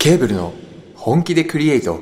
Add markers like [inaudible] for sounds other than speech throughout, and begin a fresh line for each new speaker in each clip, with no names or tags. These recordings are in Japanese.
ケーブルの本気でクリエイト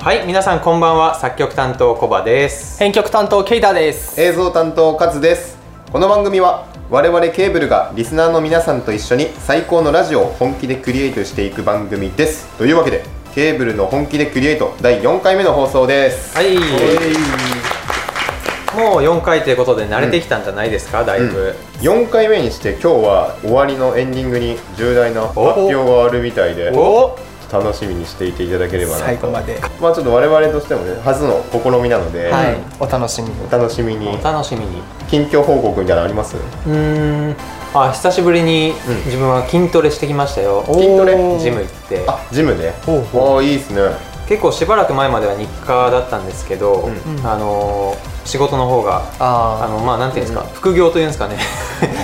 はい皆さんこんばんは作曲担当コバです
編曲担当ケイタです
映像担当カズですこの番組は我々ケーブルがリスナーの皆さんと一緒に最高のラジオを本気でクリエイトしていく番組ですというわけでケーブルの本気でクリエイト第4回目の放送です
はいいもう4回ということで慣れてきたんじゃないですか、だいぶ、
4回目にして今日は終わりのエンディングに重大な発表があるみたいで
お
楽しみにしていていただければな
最後
と
まで
まあちょっと我々としてもね初の試みなので、
はいお楽しみに
お楽しみに
お楽しみに
近況報告みたいなのあります
うーんあ久しぶりに
うん
自分は筋トレしてきましたよ、
筋トレ
おー
ジム行って
あジムで
ほう
おおいいですね
結構しばらく前までは日課だったんですけど、
うん
うん
あのー仕事の方があ
あ
のまあなんていうんですか、副業というんです
[laughs]
かね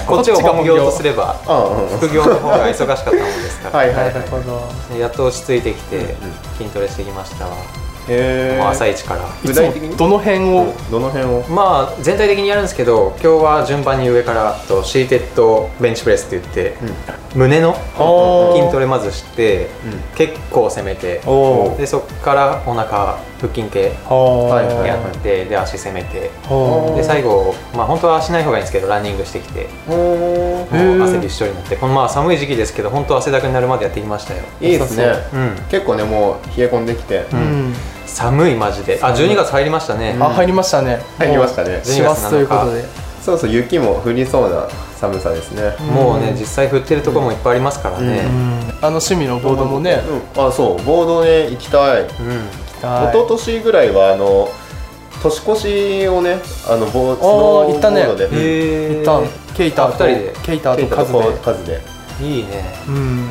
こっちを本業とすれば
あうんうん
副業の方が忙しかったもんですから、
はい
あ
は
ないる
はい
ほど
でやっと落ち着いてきて、
うんうん
筋トレしてきましたわ、
へ
もう朝
い
一から
い
具
つ
体的に
もどの辺を
どの辺を
まあ全体的にやるんですけど今日は順番に上からとシーテッドベンチプレスって言って、胸の
おー
筋トレまずして、
うん
結構攻めて
おー
でそこからお腹腹筋系
は
はいはい
やって、で足攻めて
は
で最後、まあ本当はしない方がいいんですけどランニングしてきて
お
へー
もう汗びっしょりになってこのまあ寒い時期ですけど本当汗だくになるまでやってきましたよ、
いいですね
うん、
結構ねもう冷え込んできて
う
うんん寒いマジであ12月入りましたね、
うん
あ入りましたね
入りましたね
師走ということで
そうそう雪も降りそうな寒さですね
もう
う
ね
ん
実際振ってるところもいっぱいありますからね、
う
うんあの趣味のボードもね
うんあそうボードね行きたい一
うん
昨年ぐらいはあの年越しをねあのボースノー
行
ボ
ったね
ードでうん
へ
一旦ケイタ
あ
と
二人で
ケイタ
ケ
と
イタ
カ
と
ズで
こう数で
いいね
うん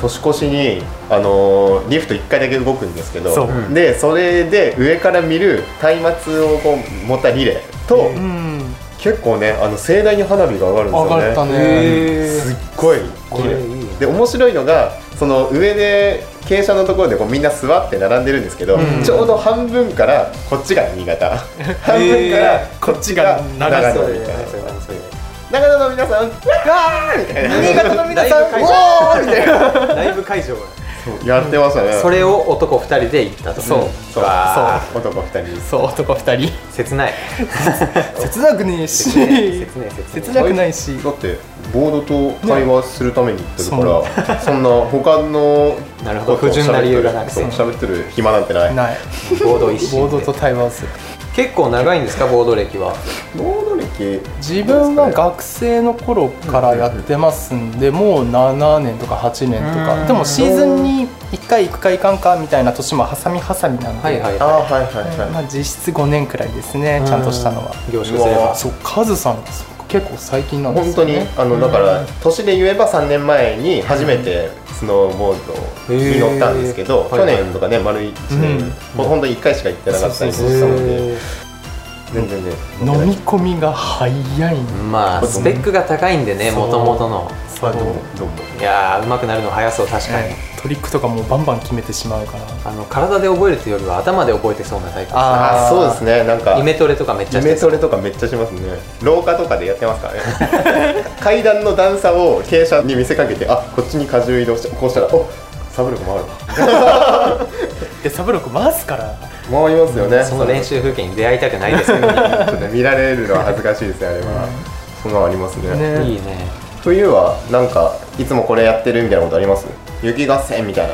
年越しにあのーリフト1回だけ動くんですけど
そう
うん
でそれで上から見る松明をこう持ったリレーと、
うん
結構ねあの盛大に花火が上がるんですよ
上
ね
がったね
へ
す
ー
っごい
こ
綺
れい
麗
いね
で面白いのがその上で傾斜のところでこうみんな座って並んでるんですけど、
うん
ちょうど半分からこっちが新潟半分からこっちが長
そ
野
う
みたいな
そうそうそう
長野の皆さんうわーみたいな
新潟の皆さん
だいぶ会場おーみたいな
ライブ会場
そう [laughs] やってましたね、
それを男二人で行ったと
そうそう
わ
そう男二人
そう男二人
ー切ない
切なくねえし
切ない切ない
切なくないし
だってボードと会話するために行ってるから、そんな他の
なるほど不純な理由がなくて
そう喋ってる暇なんてない
ない
ボード一心で
ボードと対話をする
結構長いんですかボード歴は
ボード歴
自分は学生の頃からやってますんでもう7年とか8年と
う
か
ん
でもシーズンに1回行くか行かんかみたいな年も挟み挟みなんで、
はいはい
あ
は
はいはいはい、
まあ、実質5年くらいですね
い
ちゃんとしたのは
凝縮すれ
う
ば
わ
そうカズさんそう結構最近なんで
本
す
当
よ
に
ね
あのだから年で言えば3年前に初めてスノーボードに乗ったんですけ
へ
ど
ー
去年とかね丸1
う
年
ん
ほ本当に1回しか行ってなかったりし
そう
た
そう
の
へ
で
ー
全然ね
飲み込みが早いん
まあスペックが高いんでね
そう
もともとの
そ
まあ
う
どうもどうも
いやーうまくなるの早そう確かに
トリックとかもうバンバン決めてしまうから
あの体で覚えるというよりは頭で覚えてそうなタイプですね
あ
あ
ー
そうですねなんか
イメトレとかめっちゃ
イ
して
メ
そ
ト
う
レとかめっちゃしますね廊下とかでやってますからね階段の段差を傾斜に見せかけてあこっちに荷重移動してこうしたらおサブロック回る
でサブロック回すから
わ回りますよね
その練習風景に出会いたくないですけどね
ちょっと見られるのは恥ずかしいですよあれはそんなのありますね
[laughs]
ね
いいね
冬はなんかいつもこれやってるみたいなことあります雪合戦みたいな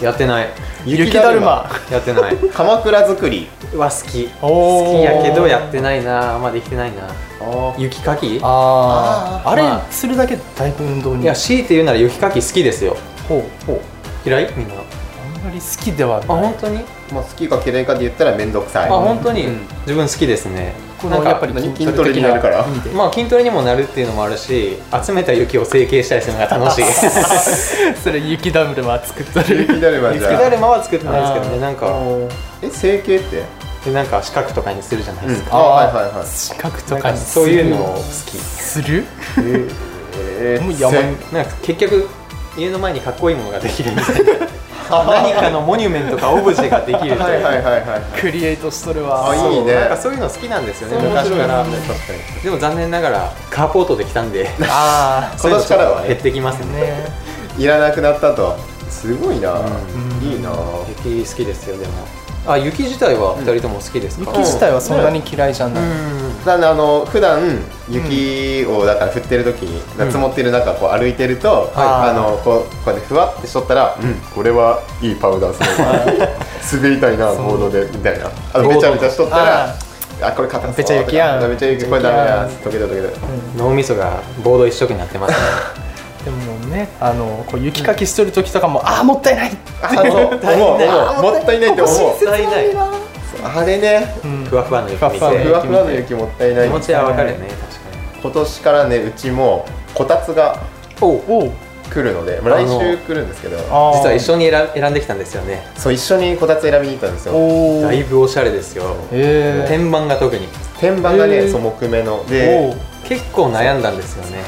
やってない
雪だるま
やってない
鎌倉作り
は好き
おー
好きやけどやってないなあんまできてないな
あ
雪かきい
あーあ
まあ
れするだけでだいぶ運動に
や強いて言うなら雪かき好きですよ
ほうほう
嫌いみんな
まり好きでは
あ
ない
本当に
まあ、好きか嫌いかで言ったら面倒くさい
あ本当に、
うん
自分好きですね
こ
なん
の
か
やっぱり
何筋トレになるから
筋トレ的な意味で
まあ筋トレにもなるっていうのもあるし集めた雪を成形したりするのが楽しい
[laughs] それ雪ダムルは作って
雪
る
だるまじ
[laughs] 雪
ゃ
だ
あ
るまは作ってないですけどねなんか
え整形って、
でなんか四角とかにするじゃないですか、
あはいはいはい
四角と
なん
か
か
に
そういうのを好
する
え
もう山に
きなんか結局家の前にかっこいいものができるみたいな何かのモニュメントかオブジェができるとい
は
う
いはいはいはいはい
クリエイトしとる
あ
わ
いい
そう
ね
なんかそういうの好きなんですよね
そう
昔から
面白い
確かに
でも残念ながらカーポートできたんで
あ
[laughs] そういうのちょっと
今年からはね
減ってきます
あ
ね
ね
いらなくなったとすごいな、
ん
いいな
雪好きですよでもあ雪自体は2人とも好きですか、
雪自体はそんなに嫌いじゃない、
うん
だからあの普段雪をだから降ってる時に、
うん
積もってる中こう歩いてると、
はい
あのこうこうやってふわってしとったら、うん、これはいいパウダーすごい滑りたいなモードでみたいなあのべちゃべちゃしとったら
あ
あこれ硬そう
べちゃ雪やん
とかべちゃ雪これダメや溶けた溶けた
脳みそがボード一色になってますね
でもねあのこう雪かきしとる時とかも、ああもったいない
あそう思う思うもったいないって思う
もったいない
あれね
ふわふわの雪見て
ふわ
ふわふわの雪もったいない
[laughs] 気持ちはわかるよね
今年からねうちもこたつが
確かにお
おう
来るので、まあ、
あ
来
の
週来るんですけど
あー
実は一緒に選選んできたんですよね
そう一緒にこたつ選びに行ったんですよ
お
だ
お
いぶおしゃれですよ
えー、
天板が特に
天板が
へ
ね
ー
素木目の
お
で
う
結構悩んだんですよね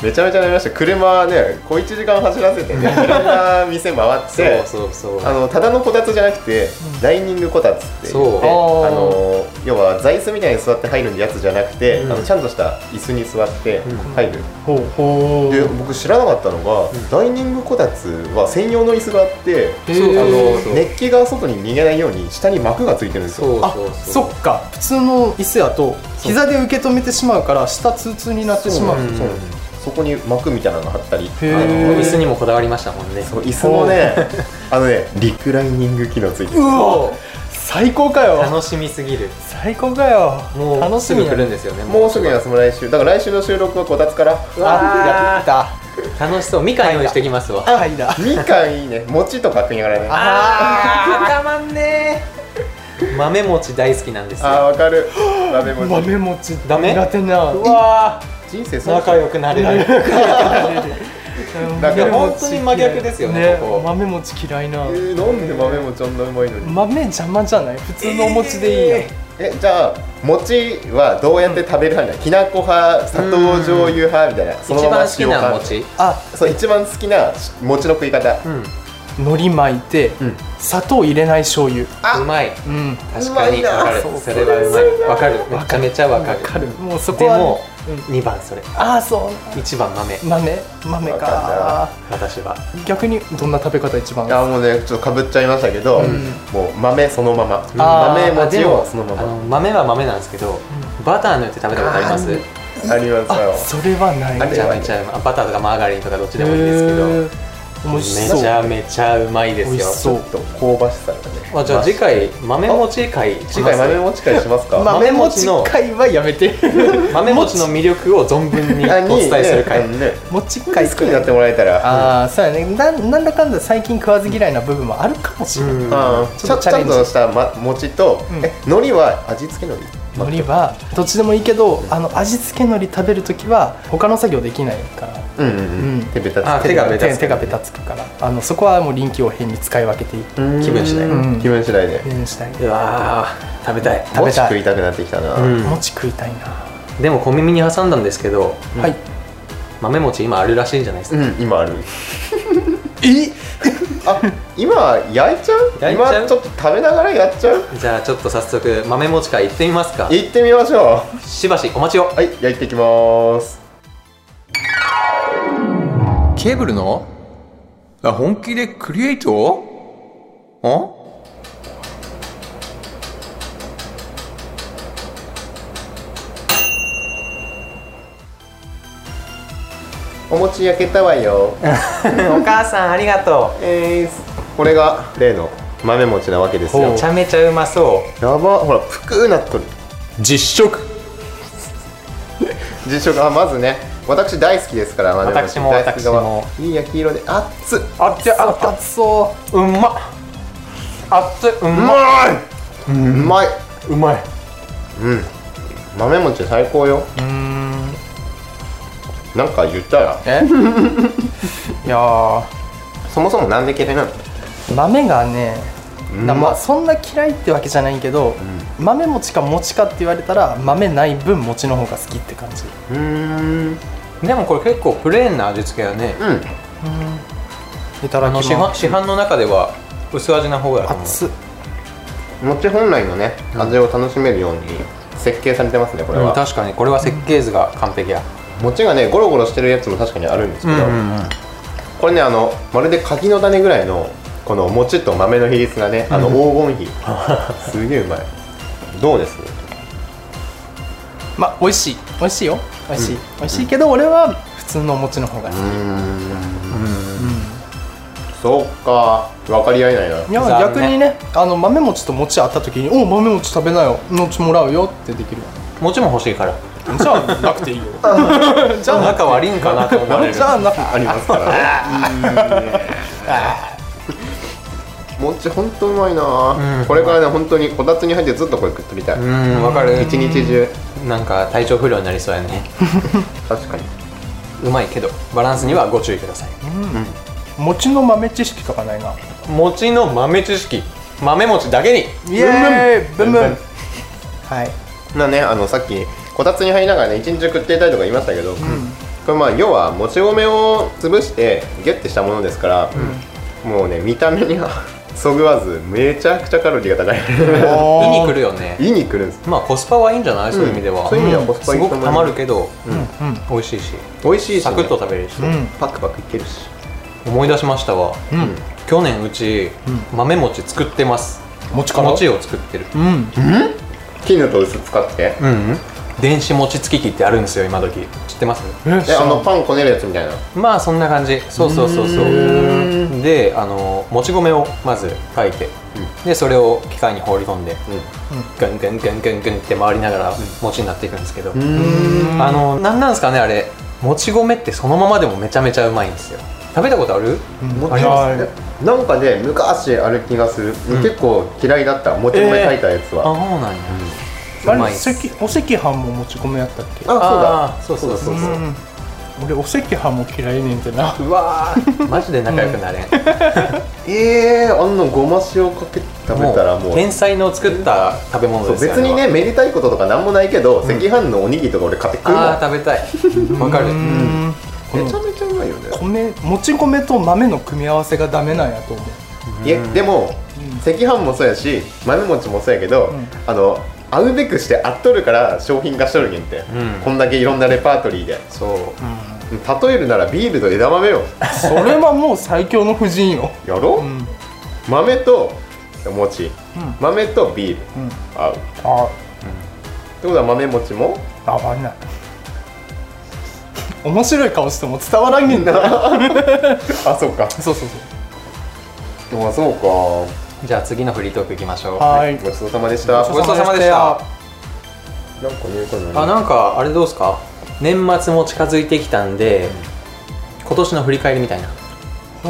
めちゃめちゃ悩みました車ね小1時間走らせてねいろんな店回っ
そ
て
うそうそう
あのただのこたつじゃなくて、ダイニングこたつって言って
そう
あ
あー
の要は座椅子みたいに座って入るやつじゃなくて、
うん
あのちゃんとした椅子に座って入る、
ほうほう
で僕知らなかったのが、ダイニングこたつは専用の椅子があって
へ
そう
ー
あのそう
熱気が外に逃げないように下に膜がついてるんですよ
そう
あ
そう
そっか普通の椅子やと膝で受け止めてしまうから下痛痛になってしまう
そうなんん
う
です
うん
そうそこに膜みたいなの貼ったり
へー
あの
椅子にもこだわりましたもんね
そう椅子もね [laughs] あのねリクライニング機能ついてる
わ最高かよ
楽しみすぎる
最高かよ
もう
楽
す
しみ
ぐ
や
来るんですよね
もうすぐ休む来週だから来週の収録はこたつから
うわー
あやった
楽しそうみかん用意してきますわ
あはいだ
みかんいいね餅とか食いながらねあ
あーたまんねー豆餅大好きなんです
あ
よ
わか
[gasps]
る豆餅
豆餅
ダメ
苦手な [laughs]
うわ
人生
ー
損
仲
して
良くなれる
だから
本当に真逆ですよねここ
豆餅嫌いな
えーなんで豆餅あんなうまいのに
豆邪魔じゃない普通のお餅でいいやん、
えじゃあ餅はどうやって食べる派なのきなこ派砂糖醤油派みたいな
一
そのまま
番好き
塩
な
派
餅
あ
そう一番好きな餅の食い方
うん
海苔巻いて、
うん
砂糖入れない醤油
あ
うまい
うん
確かに
うまいな
わかる
そう
それはうまいわかるめちゃめちゃわかる
もうそこ
で
はね、
も
うん
2番それ
ああそう
1番豆
豆豆
わか
か
私は
逆にどんな食べ方一番
あもうねちょっとかぶっちゃいましたけど、もう豆そのまま
あー
豆餅を
あ
そのま
あ
ま
の豆は豆なんですけどバター塗って食べたことあります
ありますよ
あそれはない
あ
め
れ
ちゃめちゃうまいバターとかマーガリンとかどっちでもいいんですけど
ど美味しそう
めちゃめちゃうまいです
美味
よ
しそう
ちょっと香ばしさがね
あじゃあ次回豆餅会し
次
ま
回
す
豆餅会しますか、
まあ
豆餅
豆餅の
会はやめて
[laughs] 豆餅の魅力を存分にお
あに
伝えする会
ねね
餅
好き
会
になってもらえたら
ああそうやねななんだかんだ最近食わず嫌いな部分もあるかもしれない、
うん
うん
ん
ちょち
ちょっとチャ
ゃ
レ
ん
ンジ
とした、ま、餅と、
うん
え海苔は味付け海苔
海苔はどっちでもいいけどあの味付け海苔食べるときは他の作業できないから
うんうん、うん
うん
手べたつ
あ手がベタつく
手手がベタつくからあのそこはもう臨機応変に使い分けていく
うん
気分次第
うん
気分次第で
ようにしたいう
わー食べたい
食べ
餅
たい
食いたくなってきたな、
うん
餅食いたいな、
でも小耳に挟んだんですけど
はい
豆餅今あるらしいじゃないです
う
か
ん、今ある
え
あ今焼いちゃう
焼いちゃう
今ちょっと食べながらやっちゃう
じゃあちょっと早速豆餅会行ってみますか
行ってみましょ
しばしお待ちを
うはい焼いてきます
ケーブルのあ本気でクリエイトん
お餅焼けたわ
お
よ
母さんありがと
えー、これが例の豆餅なわけです
う
よ
めちゃめちゃうまそう
やばほらぷくーなっとる
実食
[laughs] 実食あまずね私大好きですから豆餅
私も
大好き側
私
いい焼き色で熱っ
あっちゃあ熱そう
うんまっ熱いう
ま
ま
い、うまいう
まい
うん豆餅最高よなんか言ったら
えいやー
そもそもなんで嫌いなの
豆がね
うん
なまあそんな嫌いってわけじゃないけど、豆餅か餅かって言われたら豆ない分餅の方が好きって感じ
うーん
でもこれ結構プレーンな味付けだね
うん
いただ
あ
き
の
ます
市販市販の中では薄味な方だと思う
熱っ
餅本来のね味を楽しめるように設計されてますねこれ
うん
は、
確かにこれは設計図が完璧や
餅がねゴロゴロしてるやつも確かにあるんですけど、
うん
これねあのまるで柿の種ぐらいのこの餅と豆の比率がねあの黄金比、すげえうまいどうです
まあ美味しい美味しいよ美味しい、美味しいけど俺は普通のお餅の方が好き、
そうか分かり合えないない
や
残念
逆にねあの豆餅と餅あった時に「お豆餅食べなよ餅もらうよ」ってできる
餅も欲しいから
じゃあなく [laughs] ていいよじゃあ
仲悪いんかなと思われる
じゃあなくて
ありますから
[laughs]
ね餅ほんとうまいな、
うん
これからね本当にこたつに入ってずっとこれ食ってみたい、
うんわかる
一日中
なんか体調不良になりそうやね
確かに
うまいけどバランスにはご注意ください
餅の豆知識とかないな
餅の豆知識豆餅だけに
イエーイブンブン
ブンブ
はい
なねあのさっきこたつに入りながらね一日中食っていたりとか言いましたけど、これまあ要はもち米を潰してギュッてしたものですから、もうね見た目には [laughs] そぐわずめちゃくちゃカロリーが高い [laughs]
胃に
お
来るよね
胃にくるんです
まあコスパはいいんじゃないそういう意味で
うん
は
そういう意味ではコスパい
す
いと
ご
思
く
います
たまるけど
うんうん
美味しいし
美味しいし、ね、
サクッと食べれるし
うん
パクパクいけるし
思い出しましたわ
うん
去年うち豆餅作ってます
餅から
餅を作ってる
うん
絹と薄使って
うん電子餅つき機ってあるんですよ今時知ってます
え
えあのパンこねるやつみたいな
まあそんな感じそうそうそうそうであのもち米をまず炊いて、でそれを機械に放り込んで、ガンガンガンガンガンって回りながら餅になっていくんですけど、あの何なんですかねあれもち米ってそのままでもめちゃめちゃうまいんですよ食べたことある、
も
あります
ね
なんかね昔ある気がする、結構嫌いだったもち米炊いたやつ
あそうな
は、
んや、
あ
う
れ
まい
お
っ
赤
す
お赤飯ももち米やったっけ
あ
あそうそうそうう
そ
そうう、
うん俺お赤飯も嫌いねんてな
うわーマジで仲良くな [laughs] れん、
そうだえー、あんのごま塩かけて食べたらもう
天才の作った食べ物
そう
ですよ
別にねめでたいこととかなんもないけど、赤飯のおにぎりとか俺買って食
あ
う
れ
もん
はあー食べたいわかる、
うんこ
めちゃ
の
めちゃうまいよね、
米もち米と豆の組み合わせがダメなんやと思う
いやでも、赤飯もそうやし豆餅もそうやけど、
ん
あの合うべくして合っとるから商品化しとるげんって、
ん
こんだけいろんなレパートリーで
そう
例えるならビールと枝豆よ
それはもう最強の夫人よ
やろ、
うん
豆と餅、豆とビール、
うん
合うって
あ
ことは豆餅も
あわんない面白い顔しても伝わら
[laughs]
んげんだ
あそうか
そうそうそう
あそうか
じゃあ次のフリートークいきましょう
はーい
ごちそうさまでした
ごちそうさまでした
なんか言うことない
あなんかあれどうですか年末も近づいてきたんで今年の振り返りみたいな
ああ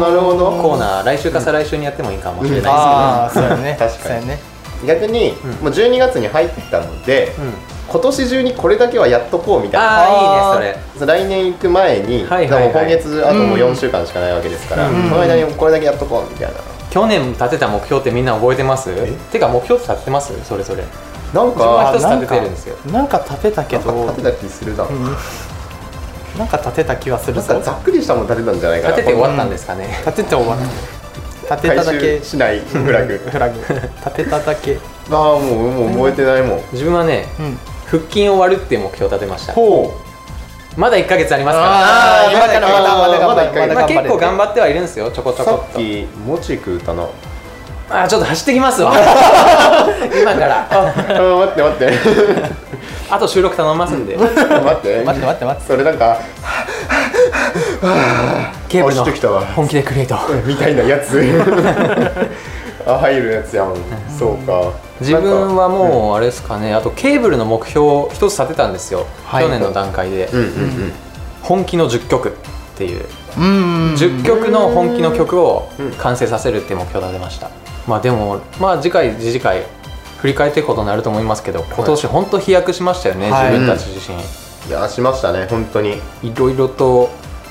なるほど
コーナー来週か再来週にやってもいいかもしれないですけど、
ああそうや
[laughs]
ね
確かに
そうやね
逆に、もう12月に入ったので、
うん
今年中にこれだけはやっとこうみたいな
ああ
あー
いいね
来年行く前に、
はいはいはい
だからもう今月あともう4週間しかないわけですから、
うん
その間にこれだけやっとこうみたいな、
それ去年立てた目標ってみんな覚えてますてか目標って立ててますそれぞれ
なん
あ
か
一つ食べてるんですよ
なんか立てたけど
立てた気するな、
うんなんか立てた気はする
なん
ぞ
かざっくりしたもん立てたんじゃないかな
立てて終わったんですかね、
立てて終わった立てただ
回
け
収しないフラグ
フラグ立てただけ
[laughs] ああもうもう覚えてないもん、
自分はね
うん
腹筋を割るっていう目標を立てました
ほ
まだ1か月ありますから
あー
まだ
まだ
まだ
一回
まだ
まあ、結構頑
張
張ってはいるんですよちょこち
う
ょこ
さ
っ
っ
と
きもち食うたな [laughs] あ
あーちょっと走ってきますわ今から
ー待って待って
あと収録頼ますんで
[laughs] 待って
待って待って待って
それなんか
ケーブル
落ちてきた
の
わ
本気でクリエイト
みたいなやつあ入るやつやん、そうか
自分は
は
もうあれですかねあとケーブルの目標を一つ立てたんですよ、
はい
去年の段階で、
うんうんうん
本気の10曲っていう
うん
10曲の本気の曲を完成させるっていう目標が出ました、まあでもまあ次回次々回振り返っていくことになると思いますけど今年本当飛躍しましたよね、
はい
自分たち自身、
いやーしましたね本当に
いろいろと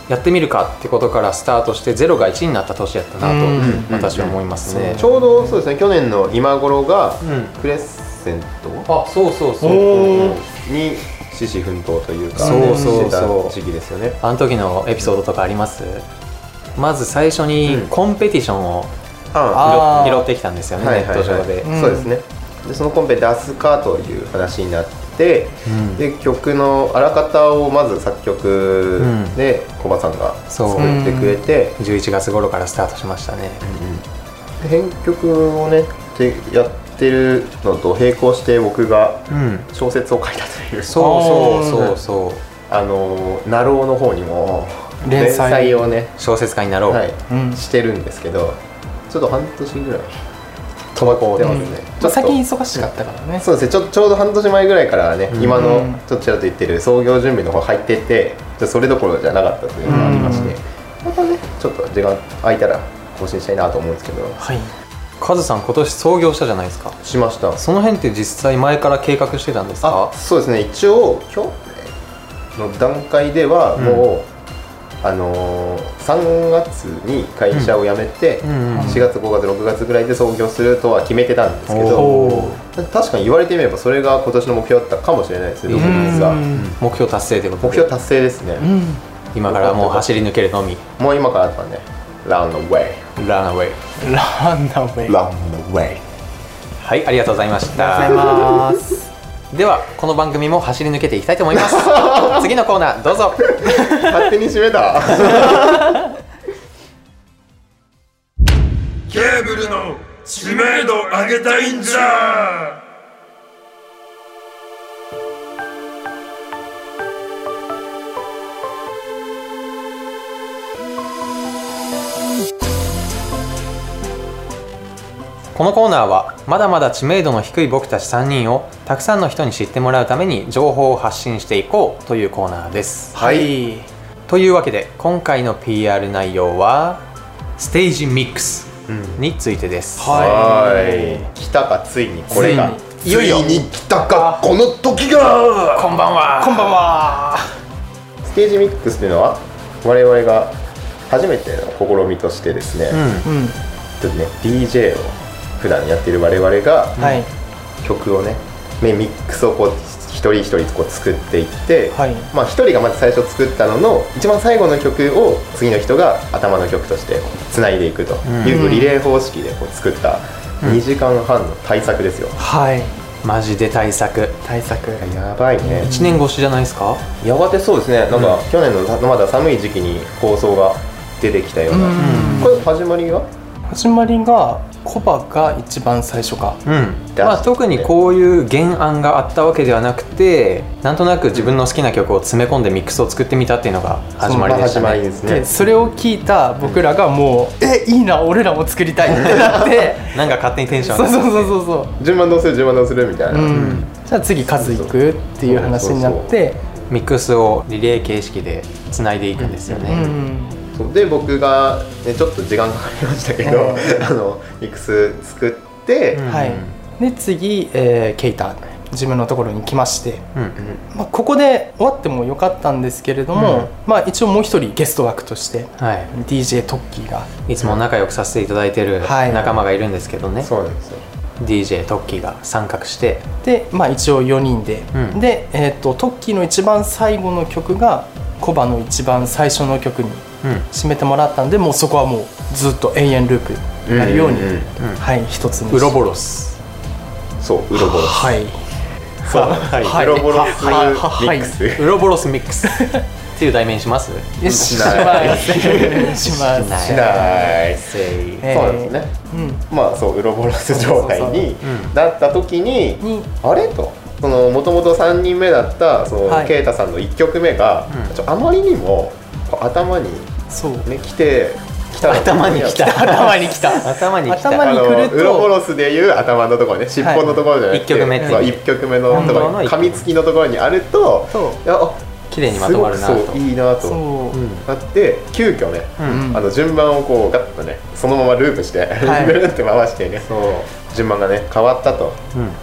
やってみるかってことからスタートして0が1になった年やったな
うん
と私は思いますね、
ちょうどそうですね去年の今頃が
うん
クレッセント
あそうそうそう
おー
に獅子奮闘というか
そうそうそう
してた時期ですよね
あの時のエピソードとかありますまず最初に
うん
コンペティションを
あ
あー
拾拾ってきたんですよね、
はい
ネ
は
ッ
い
ト上
は
で、
うん
いそうですねでそのコンペ出すかという話になって
うん
で曲のあらかたをまず作曲でコバさんが
そう
作ってくれて
11月頃からスタートしましたね、
で編曲をねてやってるのと並行して僕が
うん、
小説を書いたという
そうそうそうそう
あのーナローの方にも
連載
をね、
小説家になろう、
はい
うん
してるんですけどちょっと半年ぐらい止まってますね、ちょっ
ま
と
あ最近忙しかったからね
そうですねちょちょうど半年前ぐらいからね、
うん
今
う
の
ん
ちょっとちらっと言ってる創業準備の方入っててちょそれどころじゃなかったというのがありまして、
うん
またねちょっと時間空いたら更新したいなと思うんですけど
はい
カズさん今年創業したじゃないですか
しました
その辺って実際前から計画してたんです
あ
か
そうですね一応去年の段階ではもう、あのー、3月に会社を辞めて、
うんうん
4月5月6月ぐらいで創業するとは決めてたんですけど
おー
確かに言われてみればそれが今年の目標だったかもしれないですね
う
ど
ん
こもですが
目標達成ということ
目
で
標達成ですね、
うん
今からもう走り抜けるのみ
もう今からだねラウンドウェイ
ランウェイ
ランナウェイ
ラウンドウェイ
はいありがとうございました
ありがとうございます
ではこの番組も走り抜けていきたいと思います
[laughs]
次のコーナーどうぞ
勝手に締め
[laughs]
た
ケーブルの知名度上げたいんじゃ
このコーナーはまだまだ知名度の低い僕たち3人をたくさんの人に知ってもらうために情報を発信していこうというコーナーです
はい
というわけで今回の PR 内容はステージミックスについてです、
はい来たかついにこれが
ついにいよいよ
ついに来たかこの時が
こんばんは
こんばんは
ステージミックスというのは我々が初めての試みとしてですね、
うん
うん
ちょっとね DJ を普段やってる我々が
はい
曲をねねミックスをこう一人一人こう作っていって、
はい
まあ一人がまず最初作ったのの一番最後の曲を次の人が頭の曲としてつないでいくという、
うん
リレー方式でこう作った2時間半の対策ですよ、
はい
マジで対策
対策
やばいね
1年越しじゃないですか
やがてそうですねなんか去年のまだ寒い時期に放送が出てきたような、
うん
これ始まりは
始まりがコバが一番最初か
うん
出して
まあ、特にこういう原案があったわけではなくてなんとなく自分の好きな曲を詰め込んでミックスを作ってみたっていうのが始まりでした
始まり
ね
ですね
でそれを聞いた僕らがもう「えいいな俺らも作りたい」ってなって
[laughs] なんか勝手にテンション
そうそうそうそうそ、
順番どうする順番どうするみたいうな、
うん、じゃあ次数いくっていう話になって
ミックスをリレー形式でつないでいくんですよね、
うん
そうで僕が、ね、ちょっと時間かかりましたけど、
う
あのミックス作って、
うん
はいで次、えーケイタ自分のところに来まして、
うん
まあ、ここで終わってもよかったんですけれども、
うん
まあ、一応もう一人ゲスト枠として
は
DJ トッキーが
い、いつも仲良くさせていただいてる
はい
仲間がいるんですけどね、
そうなんですよ
DJ トッキーが参画して
で、まあ、一応4人で、
うん
で、えー、とトッキーの一番最後の曲がコバの一番最初の曲に
うん
締めてもらったんでもうそこはもうずっと永遠ループになるように、
うんうんうん
うん
はい一つに
ウロボロス
そうウロボロス
はい
そう、
はい
ウロボロスミ
はいはい
ックス、
ウロボロスミックスっていう題名にします
で
し
し
な
ま
い
す
[laughs]
しま
しない
す
しない
えー
そうなんですね、
うん
まあそうウロボロス状態に
そうそうそううん
なった時に
に
あれとそのもともと3人目だったその、
はい
ケイタさんの1曲目が、
うん
ちょあまりにもこう頭に、
そう
ね、来て来たの
頭に来た
頭に来た
頭に来た
頭
あ
に
の
来ると
ウロボロスでいう頭のところね尻尾のところじゃなくて、
一曲目っていう
そう一曲目のとこ
本当
ろ
の
に
一曲
噛みつきのところにあると
と
いやあ
綺麗にますと
ご
ま
く
るなと
そういいなと
そう、
なって急遽ね、
ん
あの順番をこうガッとねそのままループして、
い
[laughs] ぐるって回してね順番がね変わったと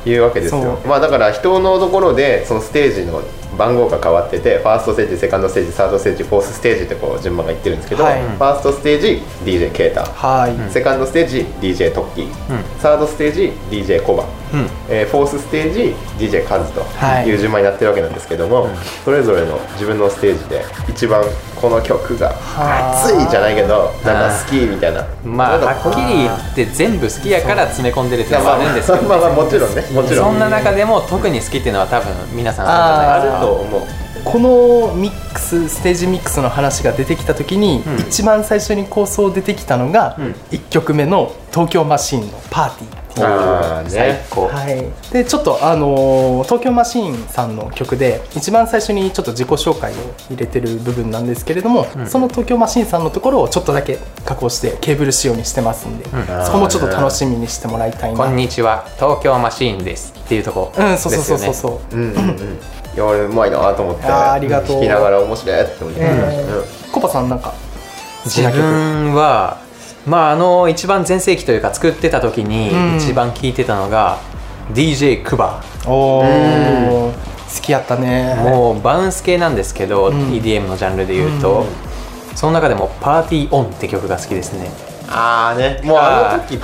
いうわけですよ、
そ
まあだから人のところでそのステージの番号が変わっててファーストステージセカンドステージサードステージフォースステージってこう順番がいってるんですけど、
はい
ファーストステージ DJ ケータ、
はい、
セカンドステージ DJ トッキー、サードステージ DJ コバ、えーフォースステージ DJ カズと
はい
いう順番になってるわけなんですけども、それぞれの自分のステージで一番この曲が
は
熱いじゃないけどなんか好きみたいな
まあ
なんか
はっきり言って全部好きやから詰め込んでるっていうの
ま
は
あ
あるんですけど
まあまあもちろんねもちろ
そ
ん
んな中でも特に好きっていうのは多分皆さんあるんじゃないです
あ
か
ると思う
このミックスステージミックスの話が出てきた時に、一番最初に構想出てきたのが、1曲目の「東京マシーン」のパーティー
ああ
最
ね
高
はい、でちょっとあのー東京マシーンさんの曲で一番最初にちょっと自己紹介を入れてる部分なんですけれども、その東京マシーンさんのところをちょっとだけ加工してケーブル仕様にしてますんで、そこもちょっと楽しみにしてもらいたい
こ
なん
にちは東京マシーンですっていうとこ
うんそうそうそう
ですよ
そう
ね
そう、
うんうんうんいや俺うまいなと思って
あーありがとう
聞きながら面白いって思って、
うん
うん
コパさんなんか好き
自
な曲
分はまああの一番全盛期というか作ってた時
うん
に一番聴いてたのが DJ クバ
おお好きやったね
もうバウンス系なんですけど、
ん
EDM のジャンルで言うと、その中でも「パーティーオン」って曲が好きですね
ああねもうあの時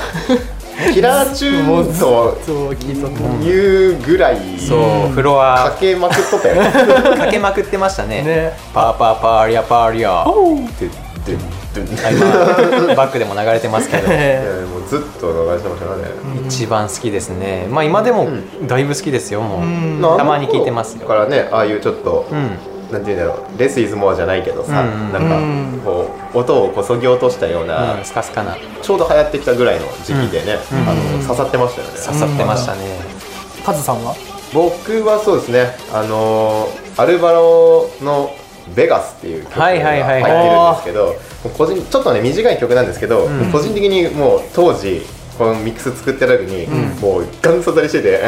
キラーチュ
もう
ーン
ずっ
と
と聞い
[laughs]
とった
いうぐらい
そう、フロ
か
ア
けまくっとったよね
かけまくってましたね
ね
パーパーパーリャパーリャ
ドゥンドゥンドゥン
あ今バックでも流れてますけど
いやもうずっと流してましたね、
一番好きですねまあ今でもだいぶ好きですよもう、
なん
たまに聞いてます
だ
よ
からねああいうちょっと、
ん
なんていうんだろうレスイズモアじゃないけどさ、
うん
なんかこう音をこそぎ落としたような、
うん、スカスカな
ちょうど流行ってきたぐらいの時期でね、あの刺さってましたよね
刺さってましたね、
カズさんは
僕はそうですねあのーアルバロの「ベガス」っていう曲が
は
入
い
って
はいはい
るんですけど個人ちょっとね短い曲なんですけど、個人的にもう当時このミックス作ってる時に、もうガン刺さりしてて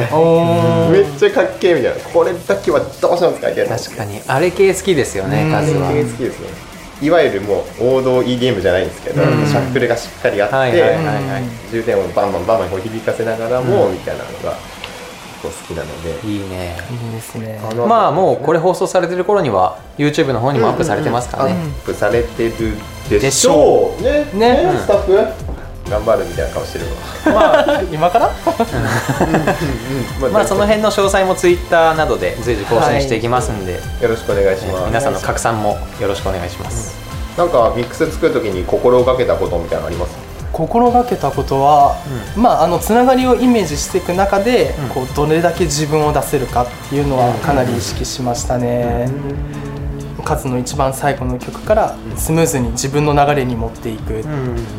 めっちゃかっけえみたいなこれだけはどうしても使いたい
確かにあれ系好きですよね、数は、
好きですねいわゆるもう王道 EDM じゃないんですけど、シャッフルがしっかりあって、
はいはいはいはい
重点をバンバンバンバンこう響かせながらも、みたいなのがこう好きなので、
いいね
いいですね
の
まあもうこれ放送されてる頃には YouTube の方にもアップされてますからね、
アップされてるで
で
し
し
ょ
ょ
うね
ね
スタッフ頑張るみたいな顔してるわ
今から
まあその
よ
辺の詳細も Twitter などで随時更新していきますんで、
ろしくお願いします
皆さんの拡散もよろしくお願いします、
なんかミックス作るときに心がけたことみたいなのあります
[laughs] 心がけたことは、まああのつながりをイメージしていく中で、こうどれだけ自分を出せるかっていうのはかなり意識しましたね、カズの一番最後の曲からスムーズに自分の流れに持っていく、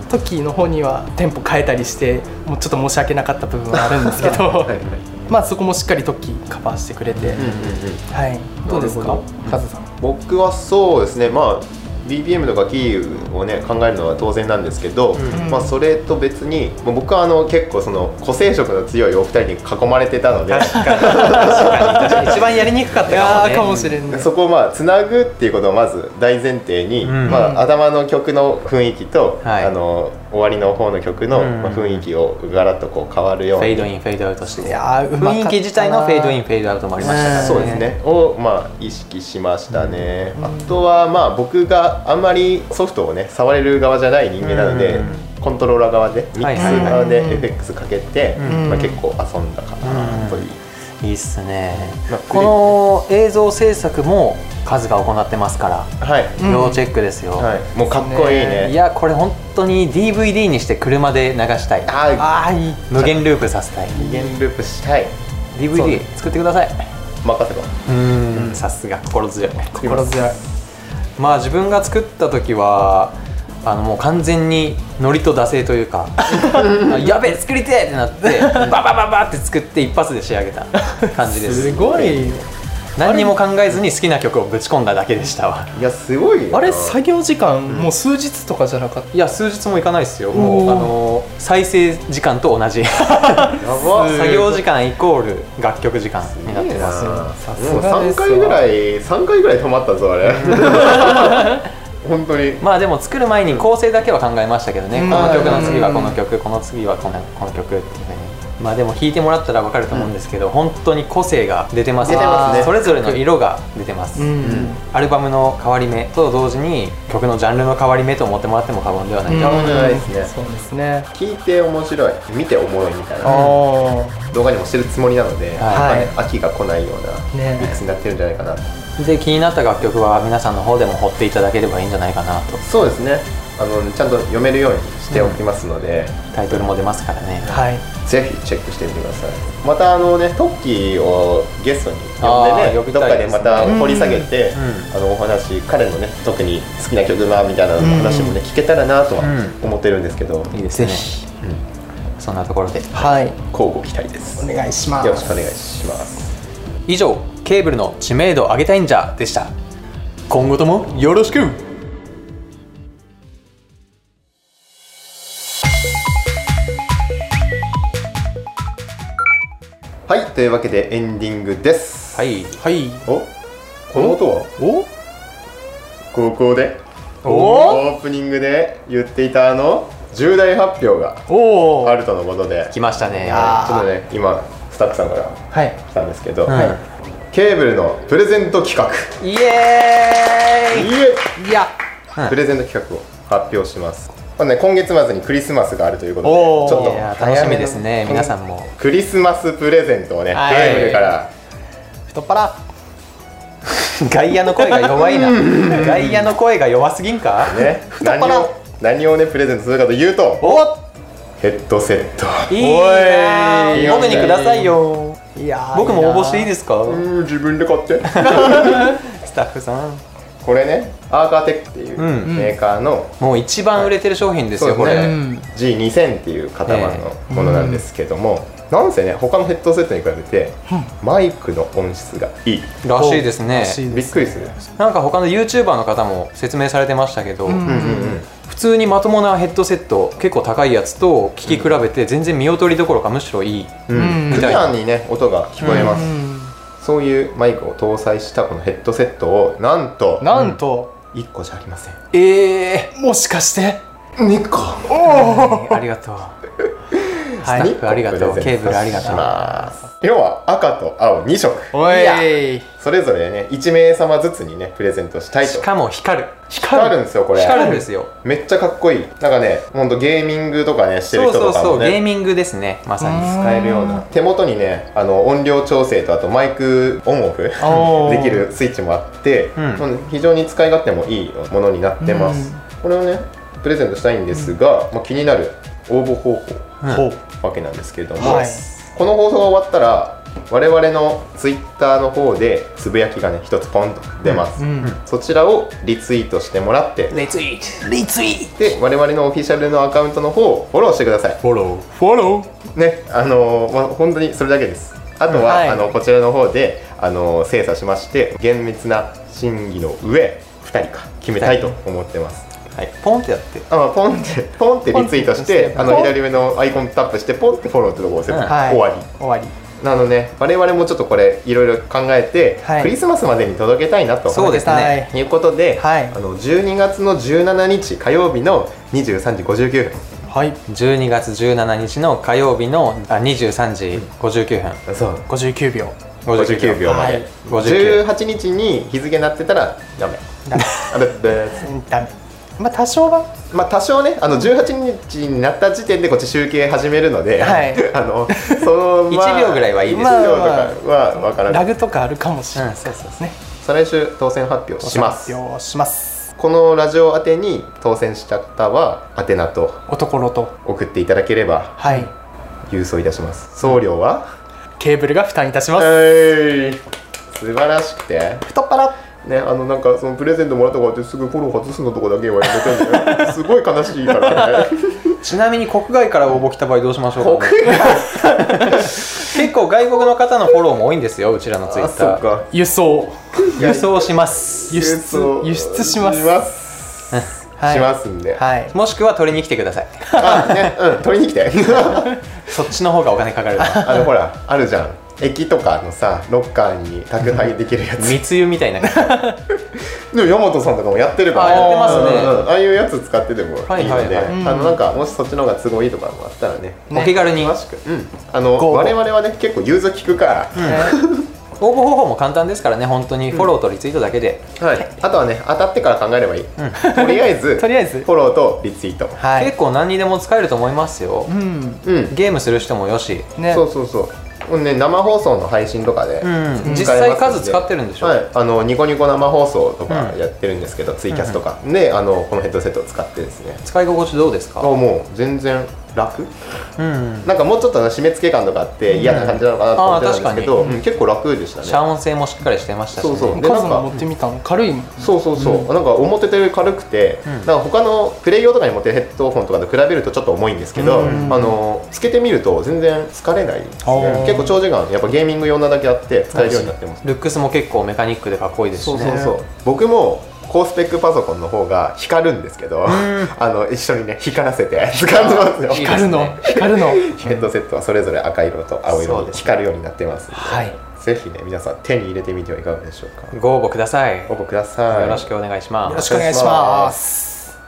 トッキーの方にはテンポ変えたりしてもうちょっと申し訳なかった部分 [laughs] はあるんですけどまあそこもしっかりトッキーカバーしてくれて、はいどうです
なる
か
ほ
カズさん
僕はそうですねまあ BPM とかキーをね考えるのは当然なんですけど、まあ、それと別にもう僕はあの結構その個性色の強いお二人に囲まれてたので
一番やりにくかっ
い
た
やー
か
か
も
も
ね
しれんね
そこをまあつなぐっていうことをまず大前提に、
ん
まあ、頭の曲の雰囲気と、
はい
あの終わりの方の曲の、
うん
まあ、雰囲気をガラッとこう変わるよう
フ
に
ェードインフェードアウトして
いやーうまかったな
雰囲気自体のフェードインフェードアウトもありましたから、
うん
そうですねをまあ意識しましたね、あとはまあ僕があんまりソフトをね触れる側じゃない人間なので、
うん
コントローラー側でミックス側で
はいはいはい
FX かけて、
ん
まあ、結構遊んだかなという、
いいっすね
まあ
この映像制作も数が行ってますから
はい、
ん
要チェックですよ、
はい、もうかっこいいね
いやこれ本当に DVD にして車で流したい
ああ
ああいい
無限ループさせたい
無限ループしたい
DVD 作ってください
任せろ
うんさすが心強い
心強い
まあ自分が作った時はあのもう完全にノリと惰性というかあやべえ作りてえってなってババババって作って一発で仕上げた感じです
すごい
何にも考えずに好きな曲をぶち込んだだけでしたわ
いやすごいよな
あれ作業時間もう数日とかじゃなかっ
いや数日もいかないですよもうあの再生時間と同じ
やば
作業時間イコール楽曲時間になってます
さす
もう
がで
3
すわ
回ぐらい3回ぐらい止まったぞあれ
[laughs]
[laughs] 本当に
まあでも作る前に構成だけは考えましたけどね、
うん
この曲の次はこの曲この次はこのこの曲っていうふうにまあでも弾いてもらったら分かると思うんですけど、本当に個性が出てます
出てますね
それぞれの色が出てます、
たうん、
アルバムの変わり目と同時に曲のジャンルの変わり目と思ってもらっても過言ではない、
うん
いや
問題ないです
そうですね
聞いて面白い見ておもろいみたい
あ
な
あ
動画にもしてるつもりなので、
はい
やっぱり秋が来ないような
ね
ミックスになってるんじゃないかなと
で気になった楽曲は皆さんの方でも掘っていただければいいんじゃないかなと
そうですねあのちゃんと読めるようにしておきますので、
タイトルも出ますからね、
はい
ぜひチェックしてみてくださいまたあのねトッキーをゲストに呼ん
あ
で
ー
ね
呼び
どったか
いで
です
ね
また掘り下げて、
う
あのお話彼のね特に好きな曲はみたいなの話もね、聞けたらなとは思ってるんですけど、
いいですね
ぜひ
そんなところで
はい
交互期待です
お願いします
よろしくお願いします
以上ケーブルの知名度を上げたいんじゃでした今後ともよろしく
はいというわけでエンディングです、
はい
はい
おこの音は
お
高校で
お
オープニングで言っていたあの重大発表が
お
あるとのことで
来ましたね
や
ちょっとね今スタッフさんから
はい
来たんですけど、
はい
ケーブルのプレゼント企画
イエーイ
いや
うん
プレゼント企画を発表します、まあね、今月末にクリスマスがあるということで
おー
ちょっ
いや
と
ー楽しみですね皆さんも
クリスマスプレゼントをね、
はい
ケーブルから
太っ腹
外野の声が弱いな
[laughs]
外野の声が弱すぎんか
ね何を何をねプレゼントするかというと
お
ヘッドセット
いいな
おい
ー僕にくださいよ
いや
僕も応募していい
す
ですか
うん自分で買って
[laughs] スタッフさん
これねアーカーテックっていう
うん
メーカーの
もう一番売れてる商品ですよ
そ
こ
うです
れ
ね G2000 っていう型番のものなんですけども、なんせね他のヘッドセットに比べてマイクの音質がいい
らしいですね
びっくりする
なんか他の YouTuber の方も説明されてましたけど、
う
ん
んうん
普通にまともなヘッドセット結構高いやつと聞き比べて全然見劣りどころかむしろいい、
うん
み
普
たいな
段にね音が聞こえます、
うん
そういうマイクを搭載したこのヘッドセットをなんと
なんと、
1個じゃありません
ええ
もしかして
2個
ありがとうスタッフありがとうケーブルありがとう
う要は赤と青2色
おい
それぞれね1名様ずつにねプレゼントしたいと
しかも光る
光るんですよこれ
光るんですよ
めっちゃかっこいいなんかねほんとゲーミングとかねしてる
そう
人
そ
と
う
か
そ
も
うゲー
ね
ミングですねまさに
使えるような手元にねあの音量調整とあとマイクオンオフ [laughs] で
おー
きるスイッチもあって、
うん
まあ非常に使い勝手もいいものになってます、これをねプレゼントしたいんですが、まあ、気になる応募方法
ほ
わけなんですけれども、
はい
この放送が終わったら我々のツイッターの方でつぶやきがね一つポンと出ます、
うん
そちらをリツイートしてもらって
リツイートリツイート
で我々のオフィシャルのアカウントの方をフォローしてください
フォロー
フォロー
ねあのーまあ、本当にそれだけですあとは、
はい
あのこちらの方で、あのー精査しまして厳密な審議の上2人か決めたいと思ってます、
はいポンってやって
あまあポンってポンってリツイートして
ポ
あ
ンって
の左上のアイコンタップしてポンってフォローってとこを押せば、
はい
終わり
終わり
なので我々もちょっとこれいろいろ考えて、
はい
クリスマスまでに届けたいなと
そうですね
いうことで、
はい
あの12月の17日火曜日の23時59分
はい
12月17日の火曜日のあ23時59分
そう
59秒
59秒ま
は
で、
い
59
18日に日付なってたらダメ
ダメ [laughs]
あだって
ダメまあ多少は
まあ多少ねあの18日になった時点でこっち集計始めるので、
はい
[laughs] あのその、まあ、
1秒ぐらいはいいです
まあ
1秒とかは分からな
ラ
い
グとかあるかもしれない、
うん
そうそうですね
再来週当選発表します
発表します
このラジオ宛てに当選した方は宛名と
おところと
送っていただければ
はい
郵送いたします送料は
ケーブルが負担いたします
はい素晴らしくて
太っ腹
ね、あのなんかそのプレゼントもらったからってすぐフォロー外すのとかだけはやめてんだ [laughs] よすごい悲しいからね
ちなみに国外から応募来た場合どうしましょうか、ね、結構外国の方のフォローも多いんですようちらのツイッター
か
輸送
輸送します
輸出輸出します
します
はい
しますんで、
はい
もしくは取りに来てください
あねうん取りに来て [laughs]
そっちの方がお金かかるから
あのほらあるじゃん駅とかのさロッカーに宅配できるやつ、
密輸みたい
[laughs]
な感
でも山本さんとかもやってるから
あやってますね
うんうんああいうやつ使っててもいいので、
はいはいはい
あのなんかもしそっちの方が都合いいとかもあったらね
じお気軽に
詳しく、うん、あの
ゴーゴー
我々はね結構融通聞くから、
応募方法も簡単ですからね本当にフォローとリツイートだけで、
はい、あとはね当たってから考えればいい、とりあえ
[laughs]
ず
とりあえず
フォローとリツイート
はい
結構何にでも使えると思いますよ、
うん
うん、
ゲームする人もよし、
ね
そうそうそう、ね、生放送の配信とかで、
うん、実
使え
際
ますん
数使ってるんでしょ、
はい、あのニコニコ生放送とかやってるんですけど、ツイキャスとか、であのこのヘッドセットを使ってですね
使い心地どうです
あ
か、
もう全然楽
うん、
なんかもうちょっと締め付け感とかあって嫌な感じなのかなと思ってたんですけど、
あー確かに
うん結構楽でしたね
遮音性もしっかりしてましたし、ね、
そうそうで
カズ
なんか
の持ってみたの軽いもん
そうそうそう、なんか思ってたより軽くて、なんか他のプレイ用とかに持ってるヘッドホンとかと比べるとちょっと重いんですけど、あのつけてみると全然疲れないです
あ
ね
ー
結構長時間やっぱゲーミング用なだけあって使えるようになってます、
ルックスも結構メカニックでかっこいいですし
そう
ね
そうそう僕も高スペックパソコンの方が光るんですけど、 [laughs] あの一緒にね光らせて [laughs] 使ってますよ
いいです
光るの
ね
光るの
[laughs] ヘッドセットはそれぞれ赤色と青
そ
色
う
で
ですね
光るようになってますんで
はい
ぜひね皆さん手に入れてみてはいかがでしょうか
ご応募ください
応募ください
よろしくお願いします
よろしくお願いします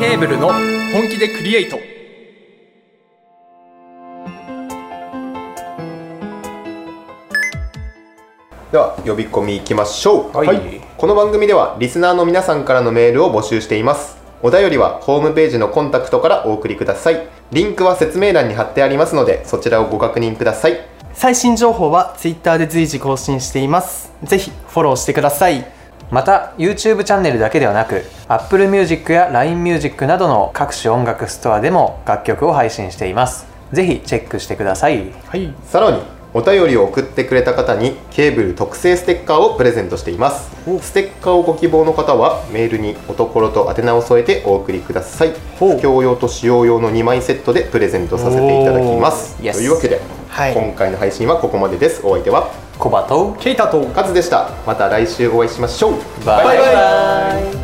ケーブルの本気でクリエイト
では呼び込みいきましょう、
はい
この番組ではリスナーの皆さんからのメールを募集していますお便りはホームページのコンタクトからお送りくださいリンクは説明欄に貼ってありますのでそちらをご確認ください
最新情報は Twitter で随時更新していますぜひフォローしてください
また YouTube チャンネルだけではなく Apple Music や LINEMUSIC などの各種音楽ストアでも楽曲を配信していますぜひチェックしてください
はい
さらにお便りを送ってくれた方にケーブル特製ステッカーをプレゼントしていますステッカーをご希望の方はメールにおところと宛名を添えてお送りください
ほう
教用と使用用の2枚セットでプレゼントさせていただきます
お
と
ー Yes
いうわけで、
はい
今回の配信はここまでですお相手は
コバと
ケイタと
カズでしたまた来週お会いしましょう
バイバイ